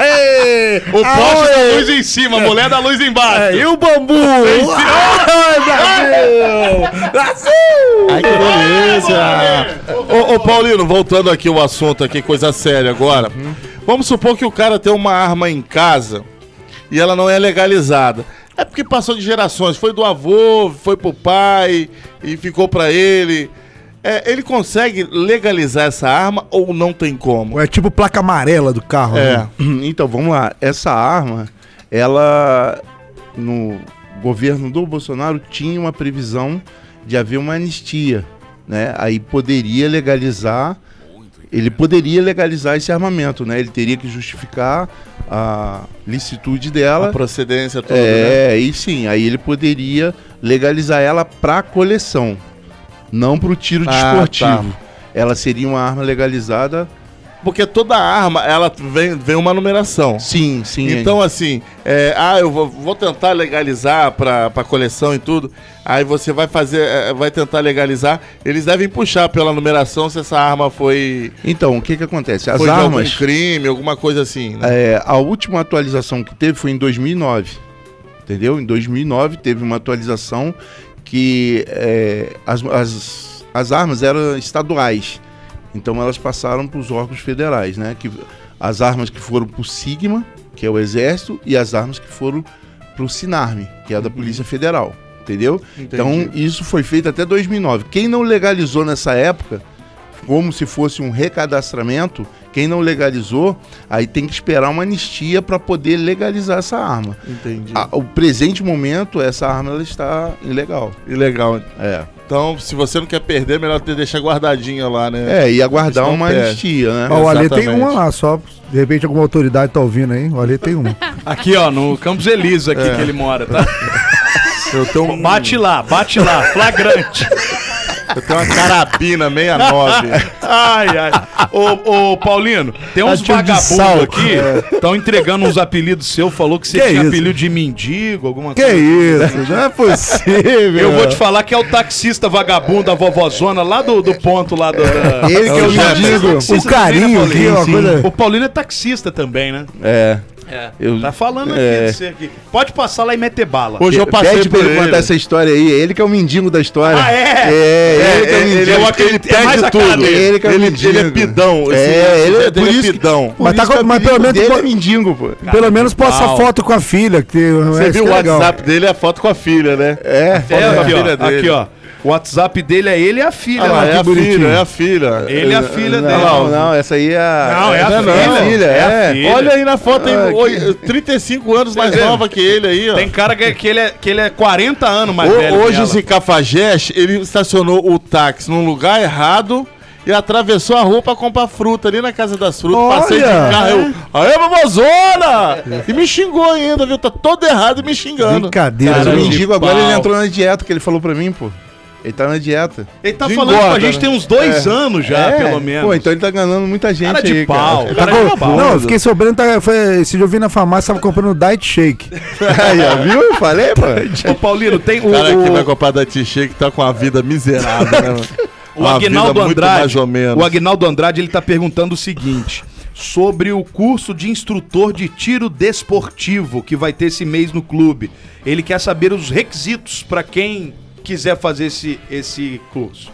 Ei,
O poste
aonde-
da luz em cima, a mulher da luz
É,
embaixo.
e o bambu? Ai, Brasil! Brasil!
Ai, que beleza! Ô, ô, Paulino, voltando aqui o assunto aqui, coisa séria agora. Vamos supor que o cara tem uma arma em casa e ela não é legalizada. É porque passou de gerações, foi do avô, foi pro pai e ficou pra ele. É, ele consegue legalizar essa arma ou não tem como?
É tipo placa amarela do carro.
É.
né?
Então, vamos lá. Essa arma, ela no governo do Bolsonaro tinha uma previsão de haver uma anistia, né? Aí poderia legalizar ele poderia legalizar esse armamento, né? Ele teria que justificar a licitude dela.
A procedência toda, né?
É, e sim, aí ele poderia legalizar ela pra coleção, não pro tiro
Ah,
desportivo. Ela seria uma arma legalizada?
Porque toda arma, ela vem, vem uma numeração.
Sim, sim.
Então, assim, é, ah, eu vou, vou tentar legalizar pra, pra coleção e tudo. Aí você vai fazer, é, vai tentar legalizar. Eles devem puxar pela numeração se essa arma foi,
Então, o que que acontece? As
foi de
armas,
algum crime, alguma coisa assim, né?
é, a última atualização que teve foi em 2009, entendeu? Em 2009 teve uma atualização que é, as, as, as armas eram estaduais, então elas passaram para os órgãos federais, né? Que, as armas que foram para o Sigma, que é o Exército, e as armas que foram para o Sinarme, que é a da Polícia Federal, entendeu? Então isso foi feito até 2009. Quem não legalizou nessa época, como se fosse um recadastramento, quem não legalizou, aí tem que esperar uma anistia para poder legalizar essa arma.
Entendi.
A- o presente momento, essa arma ela está ilegal.
Ilegal.
É.
Então, se você não quer perder, melhor ter deixar guardadinha lá, né?
É, e aguardar
Isso não
uma
perde.
anistia, né?
Ó, o Ale tem
exatamente.
uma lá, só. De repente alguma autoridade tá ouvindo aí. O Ale tem uma.
Aqui, ó, no Campos Elísio aqui
É.
que ele mora, tá?
Eu tenho, um-
Bate lá, bate lá, flagrante.
eu tenho uma carabina 69.
Ai, ai. Ô, ô, Paulino, tem uns
Tá cheio de
vagabundos
sal. é.
aqui, estão entregando uns apelidos seu, falou que você
Que
tinha
isso?
apelido de mendigo, alguma
Que
coisa. assim.
isso, não é possível.
Eu vou te falar que é o taxista vagabundo da vovozona lá do, do ponto lá do. da-
É. Ele que eu
Já
digo,
pensou que
o
você também,
carinho
né,
aqui, uma
Sim.
coisa-
O Paulino é taxista também, né?
É. Eu-
Tá falando aqui
É.
de você aqui. Pode passar lá e meter bala.
Hoje eu passei
Pede pra
por
ele
ele.
contar essa história aí. Ele que é o mendigo da história.
Ah, é?
É, ele que é o
ele,
mendigo.
ele é o aquele que
é mais a
perde
cara
tudo.
dele.
Ele que é o
ele,
mendigo.
ele é pidão. esse-
É,
esse
ele é-
dele
por isso
é
que-
pidão.
Por
Mas tá
isso que
com- mas
o
pelo
apelido
menos-
dele é mendigo, pô.
Pelo menos posta
pau.
foto com a filha. Que, é
Você viu o WhatsApp dele, é a foto com a filha, né?
É.
É,
da
aqui,
filha
ó,
dele.
aqui, ó. O WhatsApp dele é ele e a filha.
Ah,
lá,
é
que
a
bonitinho.
filha, é a filha.
Ele é a filha dele.
Não, não, essa aí é a.
Não, é a
não,
filha. É a
é.
filha.
Olha aí na foto, hein?
Ah,
oi, 35 anos mais
vê?
nova que ele aí, ó.
Tem cara que, que ele é, que ele é 40 anos mais
Ho-
velho. que
hoje
ela.
esse cafajeste, ele estacionou o táxi num lugar errado e atravessou a rua pra comprar fruta ali na Casa das Frutas.
Olha!
Passei de carro, eu... Aê, mamazona! E me xingou ainda, viu? Tá todo errado e me xingando.
Brincadeira.
Mas o
viu?
mendigo
de
agora
pau.
ele entrou na dieta que ele falou pra mim, pô. Ele tá na dieta.
Ele tá
de
falando com a
engorda,
gente
né?
tem uns dois anos já, É, pelo menos.
Pô, então ele tá enganando muita gente
Cara de
aí,
pau.
cara.
Tá
Cara é de
com-
pau.
Não, eu fiquei sobrando. Tá, foi, esse dia eu vi na farmácia, tava comprando diet shake.
Aí, ó, viu? Eu falei, pô.
Ô, Paulino, tem o,
O cara que
o-
vai comprar da T-Shake tá com a vida miserável, né? mano?
o
Uma
Agnaldo
vida muito
Andrade.
Mais ou menos.
O Agnaldo Andrade, ele tá perguntando o seguinte. Sobre o curso de instrutor de tiro desportivo que vai ter esse mês no clube. Ele quer saber os requisitos pra quem quiser fazer esse, esse curso.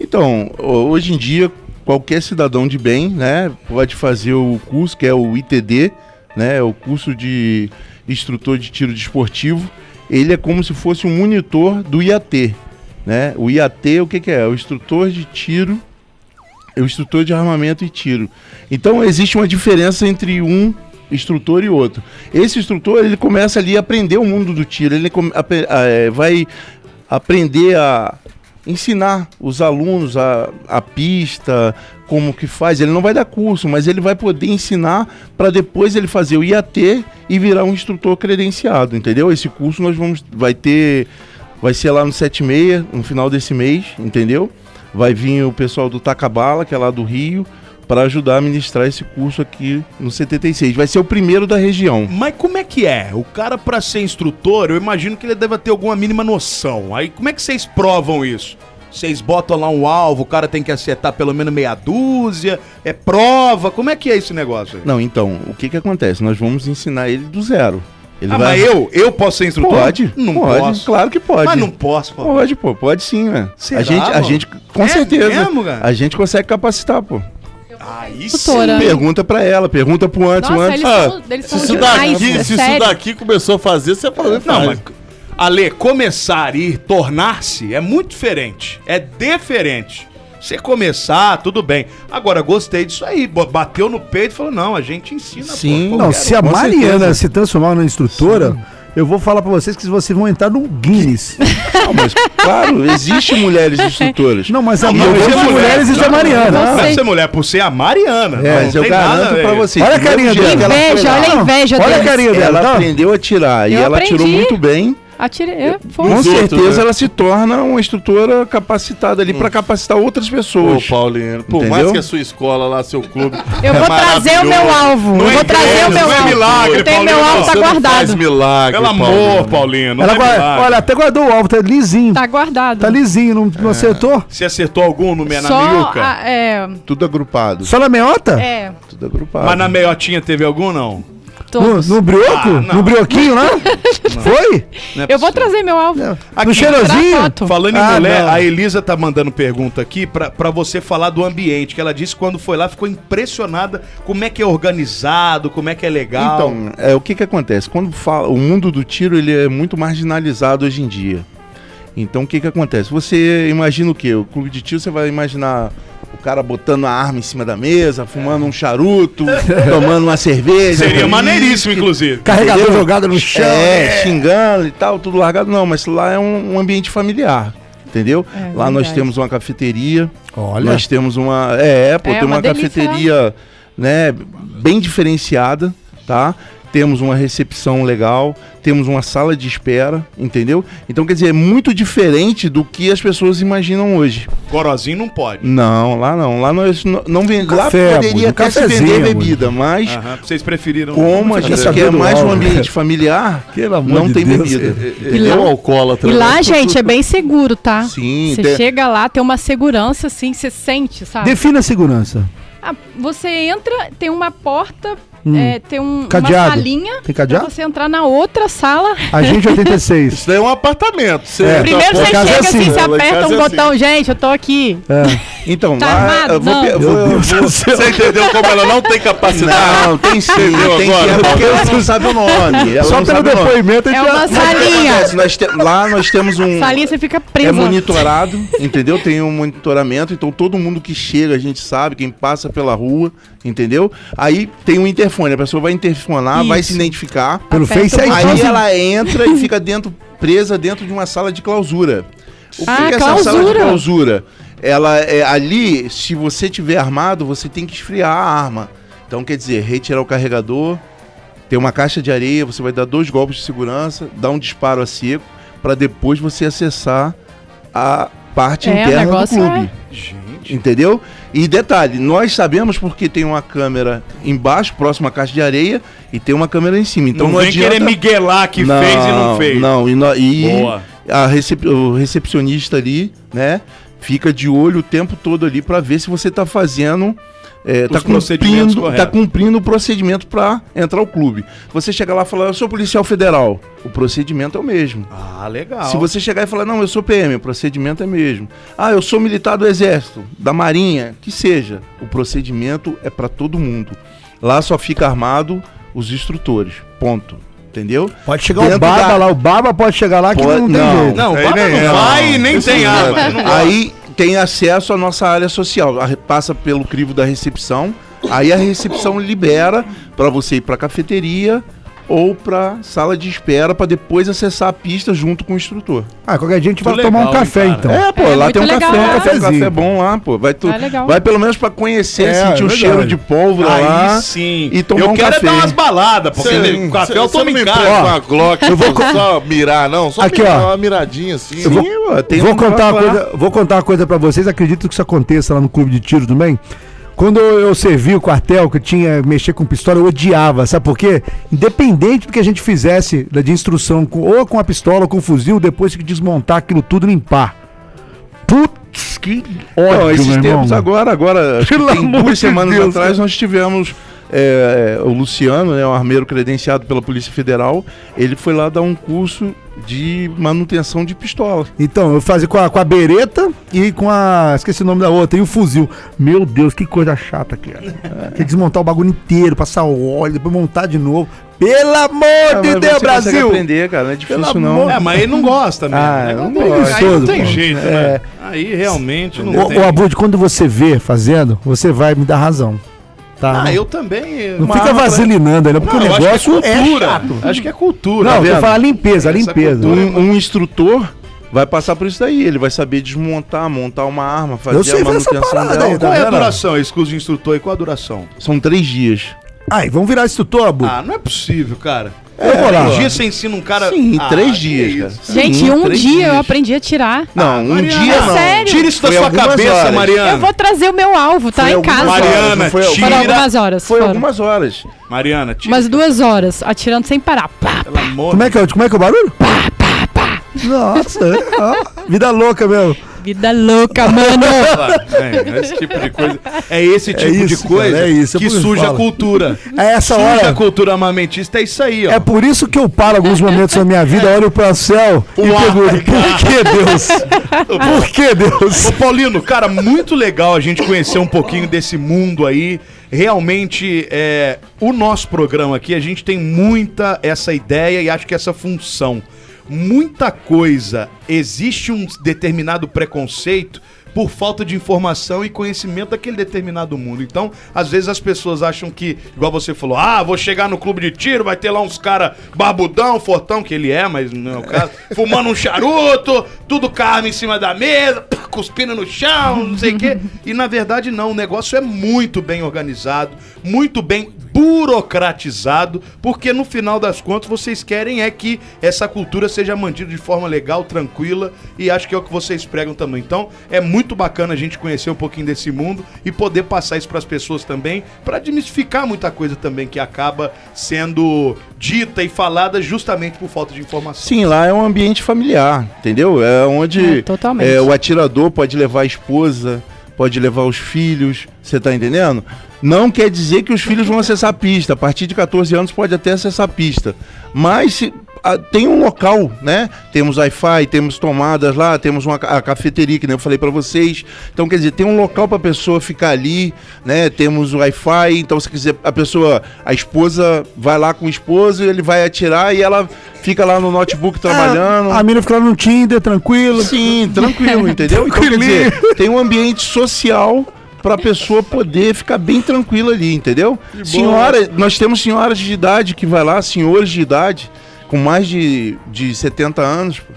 Então, ho- hoje em dia, qualquer cidadão de bem, né, pode fazer o curso, que é o ITD, né, é o curso de instrutor de tiro desportivo. Ele é como se fosse um monitor do IAT, né? O IAT, o que que é? É o instrutor de tiro, é o instrutor de armamento e tiro. Então, existe uma diferença entre um instrutor e outro. Esse instrutor, ele começa ali a aprender o mundo do tiro, ele come- apre- ah, é, vai aprender a ensinar os alunos a, a pista, como que faz. Ele não vai dar curso, mas ele vai poder ensinar para depois ele fazer o IAT e virar um instrutor credenciado, entendeu? Esse curso nós vamos vai ter vai ser lá no 76, no final desse mês, entendeu? Vai vir o pessoal do Tacabala, que é lá do Rio, para ajudar a ministrar esse curso aqui no 76. Vai ser o primeiro da região.
Mas como é que é? O cara, pra ser instrutor, eu imagino que ele deva ter alguma mínima noção. Aí, como é que vocês provam isso? Vocês botam lá um alvo, o cara tem que acertar pelo menos meia dúzia, é prova, como é que é esse negócio aí?
Não, então, o que que acontece? Nós vamos ensinar ele do zero. Ele
ah,
vai
mas eu, eu posso ser instrutor?
Pode,
Não
pode,
posso.
claro que pode.
Mas não posso, pô.
Pode, pô, pode sim, né?
Será,
a gente, a
mano?
gente com
É
certeza.
mesmo, cara?
A gente consegue capacitar, pô.
Aí
Doutora.
Pergunta pra ela, pergunta pro antes,
Nossa,
antes. Ah,
eles são, eles
Ah, Se
são
isso
demais,
daqui,
é
se isso
sério.
daqui começou a fazer, você falou,
Não, mas... Ale, começar e tornar-se é muito diferente. É diferente. Você começar, tudo bem. Agora, gostei disso aí. bo- Bateu no peito e falou, não, a gente ensina.
Sim.
pô,
Não,
qualquer
se a
com
Mariana
certeza.
se transformar na instrutora, eu vou falar pra vocês que vocês vão entrar no Guinness.
Não, mas, claro, existe mulheres instrutoras.
Não, mas a
Não,
maioria
mas
das
é mulher,
mulheres existe a Mariana.
Não sei.
Deve ser é mulher por ser a Mariana.
É, mas
não
eu
tem nada,
garanto pra
velho.
vocês.
Olha a
no mesmo
carinha
dia
dela.
que ela foi
Inveja,
lá,
olha a inveja
Olha a
deles.
carinha dela.
Ela
tá?
aprendeu a tirar e
Eu
ela
aprendi.
tirou muito bem.
Atire... é, foi.
Com
Os outros,
certeza
né?
ela se torna uma instrutora capacitada ali pra capacitar outras
Ô,
pessoas.
Paulino, por
Entendeu?
mais que a sua escola lá, seu clube.
Eu vou
é
trazer o meu alvo.
Não
eu vou
é
trazer
inveja,
o meu
não é
alvo.
milagre,
eu tenho meu
Paulino,
alvo, tá
você não faz
guardado.
milagre,
Pelo amor,
né?
Paulinho. não
Ela
é
guarda-
milagre.
olha, até guardou o alvo, tá lisinho.
Tá
Tá,
guardado.
lisinho, não, não acertou?
Você acertou algum no minha na
Só
meiuca?
a- é,
Tudo agrupado.
Só na meiota?
é,
Tudo agrupado.
Mas na meiotinha teve algum, não?
No,
todos.
no brioco?
Ah, não.
no brioquinho lá? Foi?
Não é
eu vou
possível.
trazer meu alvo.
no cheirosinho?
tirar foto.
Falando em
Ah,
mulher,
não.
a Elisa tá mandando pergunta aqui pra, pra você falar do ambiente, que ela disse que quando foi lá ficou impressionada como é que é organizado, como é que é legal.
Então, é, o que que acontece? Quando fala, o mundo do tiro ele é muito marginalizado hoje em dia. Então, o que que acontece? Você imagina o quê? O clube de tiro, você vai imaginar o cara botando a arma em cima da mesa, fumando um charuto, tomando uma cerveja.
Seria
entendeu?
maneiríssimo, inclusive.
Carregador jogado no chão.
É,
né?
xingando e tal, tudo largado. Não, mas lá é um, um ambiente familiar. Entendeu?
É,
lá nós
verdade.
temos uma cafeteria,
Olha.
nós temos uma. É, é, pô,
É,
tem uma,
uma delícia
cafeteria né, bem diferenciada, tá? Temos uma recepção legal, temos uma sala de espera, entendeu? Então, quer dizer, é muito diferente do que as pessoas imaginam hoje.
Gorozinho não pode.
Não, lá não. Lá nós não, não vende. Lá
Café,
poderia
amor,
até se
cafezinho,
vender
amor.
bebida, mas
Aham, Vocês preferiram.
como a
Você
gente
quer
quer
saber do
mais um
alvo, né?
ambiente familiar,
Pelo amor
não
de
tem
Deus.
bebida.
E lá, o alcoólatra.
E lá, gente, é bem seguro, tá?
Sim,
Você
tem-
chega lá, tem uma segurança, assim, você sente, sabe?
Defina a segurança.
Ah, você entra, tem uma porta, é, tem um,
Hum. Cadeado.
uma salinha.
Tem
Pra
cadeado?
você entrar na outra sala.
A gente 86.
Isso daí é um apartamento. Você tá
É.
entra-
Primeiro
pô,
você
casa
chega
é
assim,
assim,
ela
você
em
aperta
casa
um
é
botão, gente, eu tô aqui.
Então,
Tá
lá,
armado?
eu vou,
Não.
pe- vou- vou-
Você entendeu como ela não tem capacidade?
Não, tem sim,
Entendeu
tem sim,
agora?
é porque ela não sabe o nome. ela
Só
não
pelo
sabe o nome.
depoimento a
É
gente
uma
já-
salinha.
Mas nós te- lá nós temos um.
Salinha você fica
É
preso.
monitorado, entendeu? Tem um monitoramento, então todo mundo que chega, a gente sabe, quem passa pela rua, entendeu? Aí tem um interfone, a pessoa vai interfonar, vai se
Isso.
identificar.
Pelo
Aperta
Face
o
é
botão.
Aí
Então,
ela entra e fica dentro, presa dentro de uma sala de clausura. O que
Ah,
é essa sala de
clausura.
clausura? Ela é ali, se você tiver armado, você tem que esfriar a arma. Então quer dizer, retirar o carregador, ter uma caixa de areia, você vai dar dois golpes de segurança, dar um disparo a seco para depois você acessar a parte
É, o
interna do
negócio
clube. Entendeu? E detalhe, nós sabemos porque tem uma câmera embaixo, próximo à caixa de areia, e tem uma câmera em cima. Então
Não,
não,
vem
adianta...
querer miguelar que
Não,
fez e não fez.
Não, e, no- e
Boa.
a recep- o recepcionista ali, né, fica de olho o tempo todo ali pra ver se você tá fazendo. É, tá,
procedimentos
cumprindo, tá
corretos.
cumprindo o procedimento pra entrar ao clube. Você chega lá e fala, eu sou policial federal. O procedimento é o mesmo.
Ah, legal.
Se você chegar e falar, não, eu sou PM, o procedimento é mesmo. Ah, eu sou militar do Exército, da Marinha, que seja. O procedimento é pra todo mundo. Lá só fica armado os instrutores. Ponto. Entendeu?
Pode chegar o
Dentro
Baba
da-
lá, o Baba pode chegar lá que
Pode-
não tem
não.
jeito.
Não, o
Aí
Baba
nem
não
ela.
vai e nem tem arma. Eu não gosto.
Aí tem acesso à nossa área social. A re- passa pelo crivo da recepção. Aí a recepção libera pra você ir pra cafeteria ou pra sala de espera pra depois acessar a pista junto com o instrutor.
Ah, qualquer dia a gente vai
Legal,
tomar um
hein,
café
cara?
então.
É, pô,
É
lá
muito
tem um café,
legal.
um café, um
Cafezinho.
café bom lá, pô. Vai, tu,
Ah, legal.
vai pelo menos pra conhecer,
É,
sentir o
verdade.
cheiro de pólvora lá.
Aí sim.
e tomar
eu
um
quero é
café.
dar umas baladas, porque
Você-
o café
você-
eu
você
tomo
não
em
me
casa.
empresta uma Glock, eu vou só mirar, não. Só
Aqui,
mirar
ó.
uma miradinha assim.
Eu vou,
Sim, ó, tem
vou
um
contar uma
negócio lá.
coisa, vou contar uma coisa para vocês, acredito que isso aconteça lá no clube de tiro também. Quando eu servi o quartel, que eu tinha mexer com pistola, eu odiava, sabe por quê? Independente do que a gente fizesse da- de instrução, com- ou com a pistola, ou com o fuzil, depois tinha que desmontar aquilo tudo e limpar. Putz, que ódio,
Não,
meu
esses
irmão.
tempos agora, agora, acho que
Pelo
tem
amor de
duas semanas
Deus,
atrás, nós tivemos é, o Luciano, né, um armeiro credenciado pela Polícia Federal, ele foi lá dar um curso de manutenção de pistola.
Então, eu fazia com a, com a bereta e com a. Esqueci o nome da outra, e o fuzil. Meu Deus, que coisa chata que era. Tinha que desmontar o bagulho inteiro, passar óleo, depois montar de novo. Pelo amor
Ah,
de
mas
Deus,
você consegue
Brasil!
aprender, cara, não é difícil
Pelo
não.
amor
É, mas ele não gosta mesmo.
Ah,
né?
eu não
Aí
gosto.
Não tem
Pô.
jeito, né? Aí realmente não
Ô,
tem.
ô Abud, quando você vê fazendo, você vai me dar razão. Tá,
Ah,
não-
eu também.
Não
uma
fica
arma pra-
vaselinando aí, não, porque
Não,
o
eu acho que
negócio
é cultura. Acho que é cultura. tá
Não, eu
vendo?
falar limpeza, a
Essa
limpeza.
cultura.
Um, um instrutor vai passar por isso daí. Ele vai saber desmontar, montar uma arma, fazer
Eu sei
a
fazer essa
manutenção
parada
dela.
aí, tá
Qual é a
vendo?
duração? Exclusivo instrutor e qual a duração?
São três dias.
Aí, vamos virar instrutor, Abu.
Ah, é, não é possível, cara.
eu vou lá.
Três dias você ensina um cara.
Sim,
Ah,
três
que
dias,
isso.
cara.
Gente,
Sim,
um dia
três
eu
dias.
aprendi a tirar.
Não, um
Mariana,
dia não.
sério?
Tira isso da
Foi
sua
algumas
cabeça,
horas.
Ah.
Mariana.
Eu vou trazer o meu alvo, tá?
Foi
em
algumas
casa.
horas,
Mariana,
não foi
tira.
algumas-
Foram algumas horas.
Foi
foram.
algumas horas.
Mariana, tira.
Umas duas horas, atirando sem parar. Pá,
Pelo amor
Como é que é, o- como é que é o barulho? Nossa, é, ó, vida louca mesmo.
vida louca, mano.
É, esse tipo de coisa. É esse tipo de
isso,
coisa
cara, é isso, é
que
por isso que
suja a
fala.
cultura.
É essa
Suja a
hora.
cultura armamentista, é isso aí, ó.
É por isso que eu paro alguns momentos da minha vida, olho para o céu e
Uau,
pergunto: por que Deus? Por que Deus?
Ô Paulino, cara, muito legal a gente conhecer um pouquinho desse mundo aí. Realmente, é, o nosso programa aqui, a gente tem muita essa ideia e acho que essa função. Muita coisa. Existe um determinado preconceito por falta de informação e conhecimento daquele determinado mundo. Então, às vezes as pessoas acham que, igual você falou, ah, vou chegar no clube de tiro, vai ter lá uns cara barbudão, fortão, que ele é, mas não é o caso, fumando um charuto, tudo carne em cima da mesa, pá, cuspindo no chão, não sei o quê. E na verdade não, o negócio é muito bem organizado, muito bem burocratizado, porque no final das contas vocês querem é que essa cultura seja mantida de forma legal, tranquila, e acho que é o que vocês pregam também. Então, é muito bacana a gente conhecer um pouquinho desse mundo e poder passar isso para as pessoas também, para desmistificar muita coisa também que acaba sendo dita e falada justamente por falta de informação.
Sim, lá é um ambiente familiar, entendeu? É onde
É, totalmente.
é, o atirador pode levar a esposa, pode levar os filhos, você tá entendendo? Não quer dizer que os filhos vão acessar a pista. A partir de 14 anos pode até acessar a pista. Mas se- a- tem um local, né? Temos Wi-Fi, temos tomadas lá, temos uma ca- a cafeteria, que nem eu falei pra vocês. Então, quer dizer, tem um local pra pessoa ficar ali, né? Temos o Wi-Fi, então se quiser, a pessoa, a esposa vai lá com o esposo, ele vai atirar e ela fica lá no notebook trabalhando.
A mina fica lá no Tinder, tranquilo.
Sim, tranquilo, entendeu? Então, quer dizer, tem um ambiente social pra pessoa poder ficar bem tranquila ali, entendeu? Senhora, nós temos senhoras de idade que vai lá, senhores de idade, com mais de, de 70 anos. pô.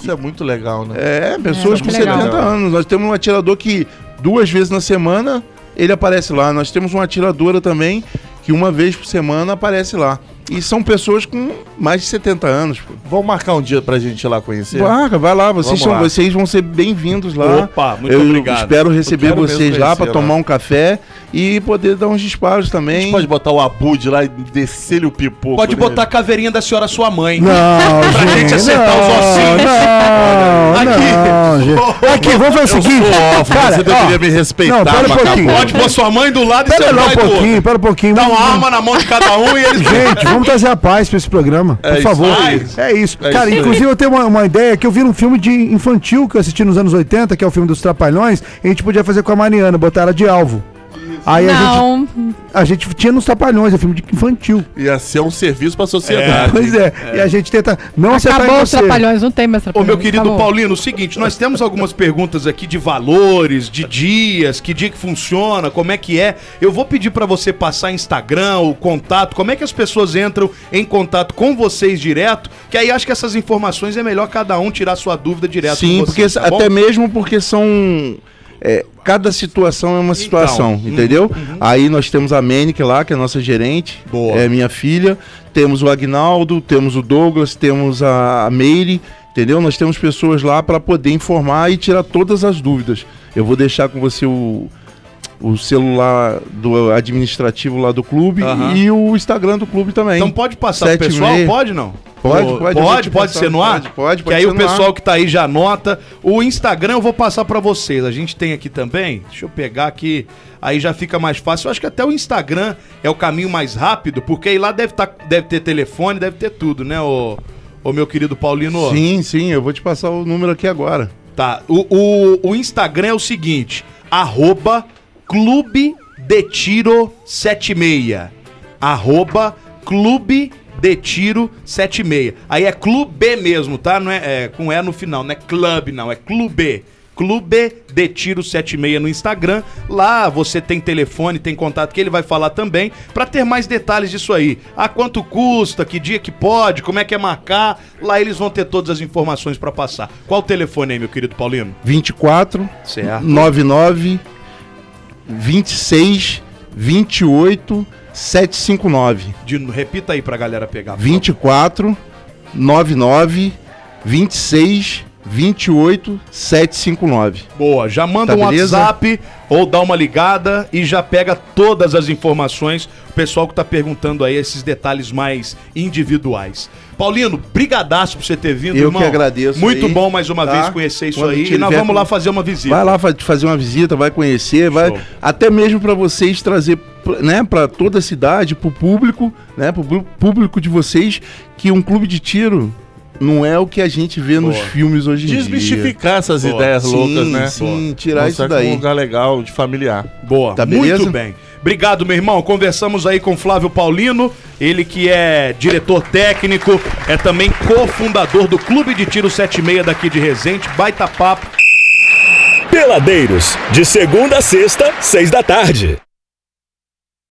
Isso é muito legal, né?
É, pessoas
É,
com
que legal.
70 anos. Nós temos um atirador que duas vezes na semana ele aparece lá. Nós temos uma atiradora também que uma vez por semana aparece lá. E são pessoas com mais de 70 anos, pô.
Vamos marcar um dia pra gente ir lá conhecer?
Barra, vai lá, vocês,
Vamos
são,
lá.
vocês vão ser bem-vindos lá.
Opa, muito
eu
obrigado.
espero receber
Eu quero
vocês
mesmo
lá
conhecer
para
lá.
tomar um café e poder dar uns disparos
A
também.
gente pode botar o Abud lá e descer-lhe o pipoco.
Pode
nele.
botar a caveirinha da senhora sua mãe.
Não,
Pra
gente.
gente acertar os ossinhos.
Não, não,
Aqui.
gente. Aqui, vamos fazer o seguinte.
Óbvio,
Cara,
você deveria me respeitar,
não, pera um
macaco.
pouquinho.
Pode pôr sua mãe do lado e
Pera
seu
lá um
pai do outro.
pouquinho, pera um pouquinho.
Dá uma
Vamos-
arma na mão de cada um e eles.
Gente, vamos trazer a paz pra esse programa, por
isso
favor.
aí.
É isso.
É
Cara,
isso aí.
inclusive eu tenho uma, uma ideia que eu vi num filme de infantil que eu assisti nos anos 80, que é o filme dos Trapalhões, e a gente podia fazer com a Mariana, botar ela de alvo. Aí a gente,
Não,
a gente tinha nos Trapalhões, é filme de infantil.
Ia ser um serviço pra sociedade.
pois é. E a gente tenta não acertar
acabou
em
os
você.
trapalhões, não tem mais
Ô,
trapalhões.
meu querido
acabou.
Paulino, o seguinte, nós temos algumas perguntas aqui de valores, de dias, que dia que funciona, como é que é. Eu vou pedir pra você passar Instagram, o contato, como é que as pessoas entram em contato com vocês direto, que aí acho que essas informações é melhor cada um tirar sua dúvida direto
Sim,
com
porque
vocês, tá bom?
até mesmo porque são é, cada situação é uma situação,
uhum,
entendeu? Aí nós temos a Manic lá, que é a nossa gerente,
Boa.
é minha filha. Temos o Agnaldo, temos o Douglas, temos a a Meire, entendeu? Nós temos pessoas lá para poder informar e tirar todas as dúvidas. Eu vou deixar com você o, o celular do administrativo lá do clube
Aham.
e o Instagram do clube também.
Então pode passar pro
Sete e
pessoal,
meia.
pode não?
Pode,
Ô,
pode, eu vou
Pode,
te
pode
passar.
ser no ar?
Pode, pode,
Que
pode
aí
ser
o
no
pessoal
ar.
que tá aí já anota. O Instagram eu vou passar pra vocês. A gente tem aqui também. Deixa eu pegar aqui. Aí já fica mais fácil. Eu acho que até o Instagram é o caminho mais rápido, porque aí lá deve, tá, deve ter telefone, deve ter tudo, né, ô, ô meu querido Paulino?
Sim, sim, eu vou te passar o número aqui agora.
Tá. O, o, o Instagram é o seguinte: arroba Clube de Tiro 76. Arroba Clube de Tiro 76. Aí é Clube mesmo, tá? Não é, é com E no final, não é clube, não, é Clube. Clube de Tiro 76 no Instagram. Lá você tem telefone, tem contato que ele vai falar também para ter mais detalhes disso aí. A quanto custa, que dia que pode, como é que é marcar. Lá eles vão ter todas as informações para passar. Qual o telefone aí, meu querido Paulino?
24
Certo.
99 26 28 759.
De, repita aí pra galera pegar.
24 99 26 28 759.
Boa, já manda
Tá
um
beleza?
WhatsApp ou dá uma ligada e já pega todas as informações. O pessoal que tá perguntando aí esses detalhes mais individuais. Paulino, brigadaço por você ter vindo,
Eu que agradeço
Muito
aí,
bom mais uma
tá?
vez conhecer isso
Quando
aí. E
tiver
nós vamos
com-
lá fazer uma visita.
Vai lá fa- fazer uma visita, vai conhecer, vai
Show.
até mesmo para vocês trazer, pr- né, para toda a cidade, para o público, né, para o público de vocês que um clube de tiro não é o que a gente vê nos
Boa.
filmes hoje em dia.
Desmistificar essas
Boa.
ideias
Sim,
loucas, né?
sim, tirar
Mostrar
isso
que é
daí.
um lugar legal, de familiar.
Boa,
Tá
muito
beleza?
bem. Obrigado, meu irmão. Conversamos aí com Flávio Paulino, ele que é diretor técnico, é também cofundador do Clube de Tiro 76 daqui de Resende. Baita papo.
Peladeiros, de segunda a sexta, seis da tarde.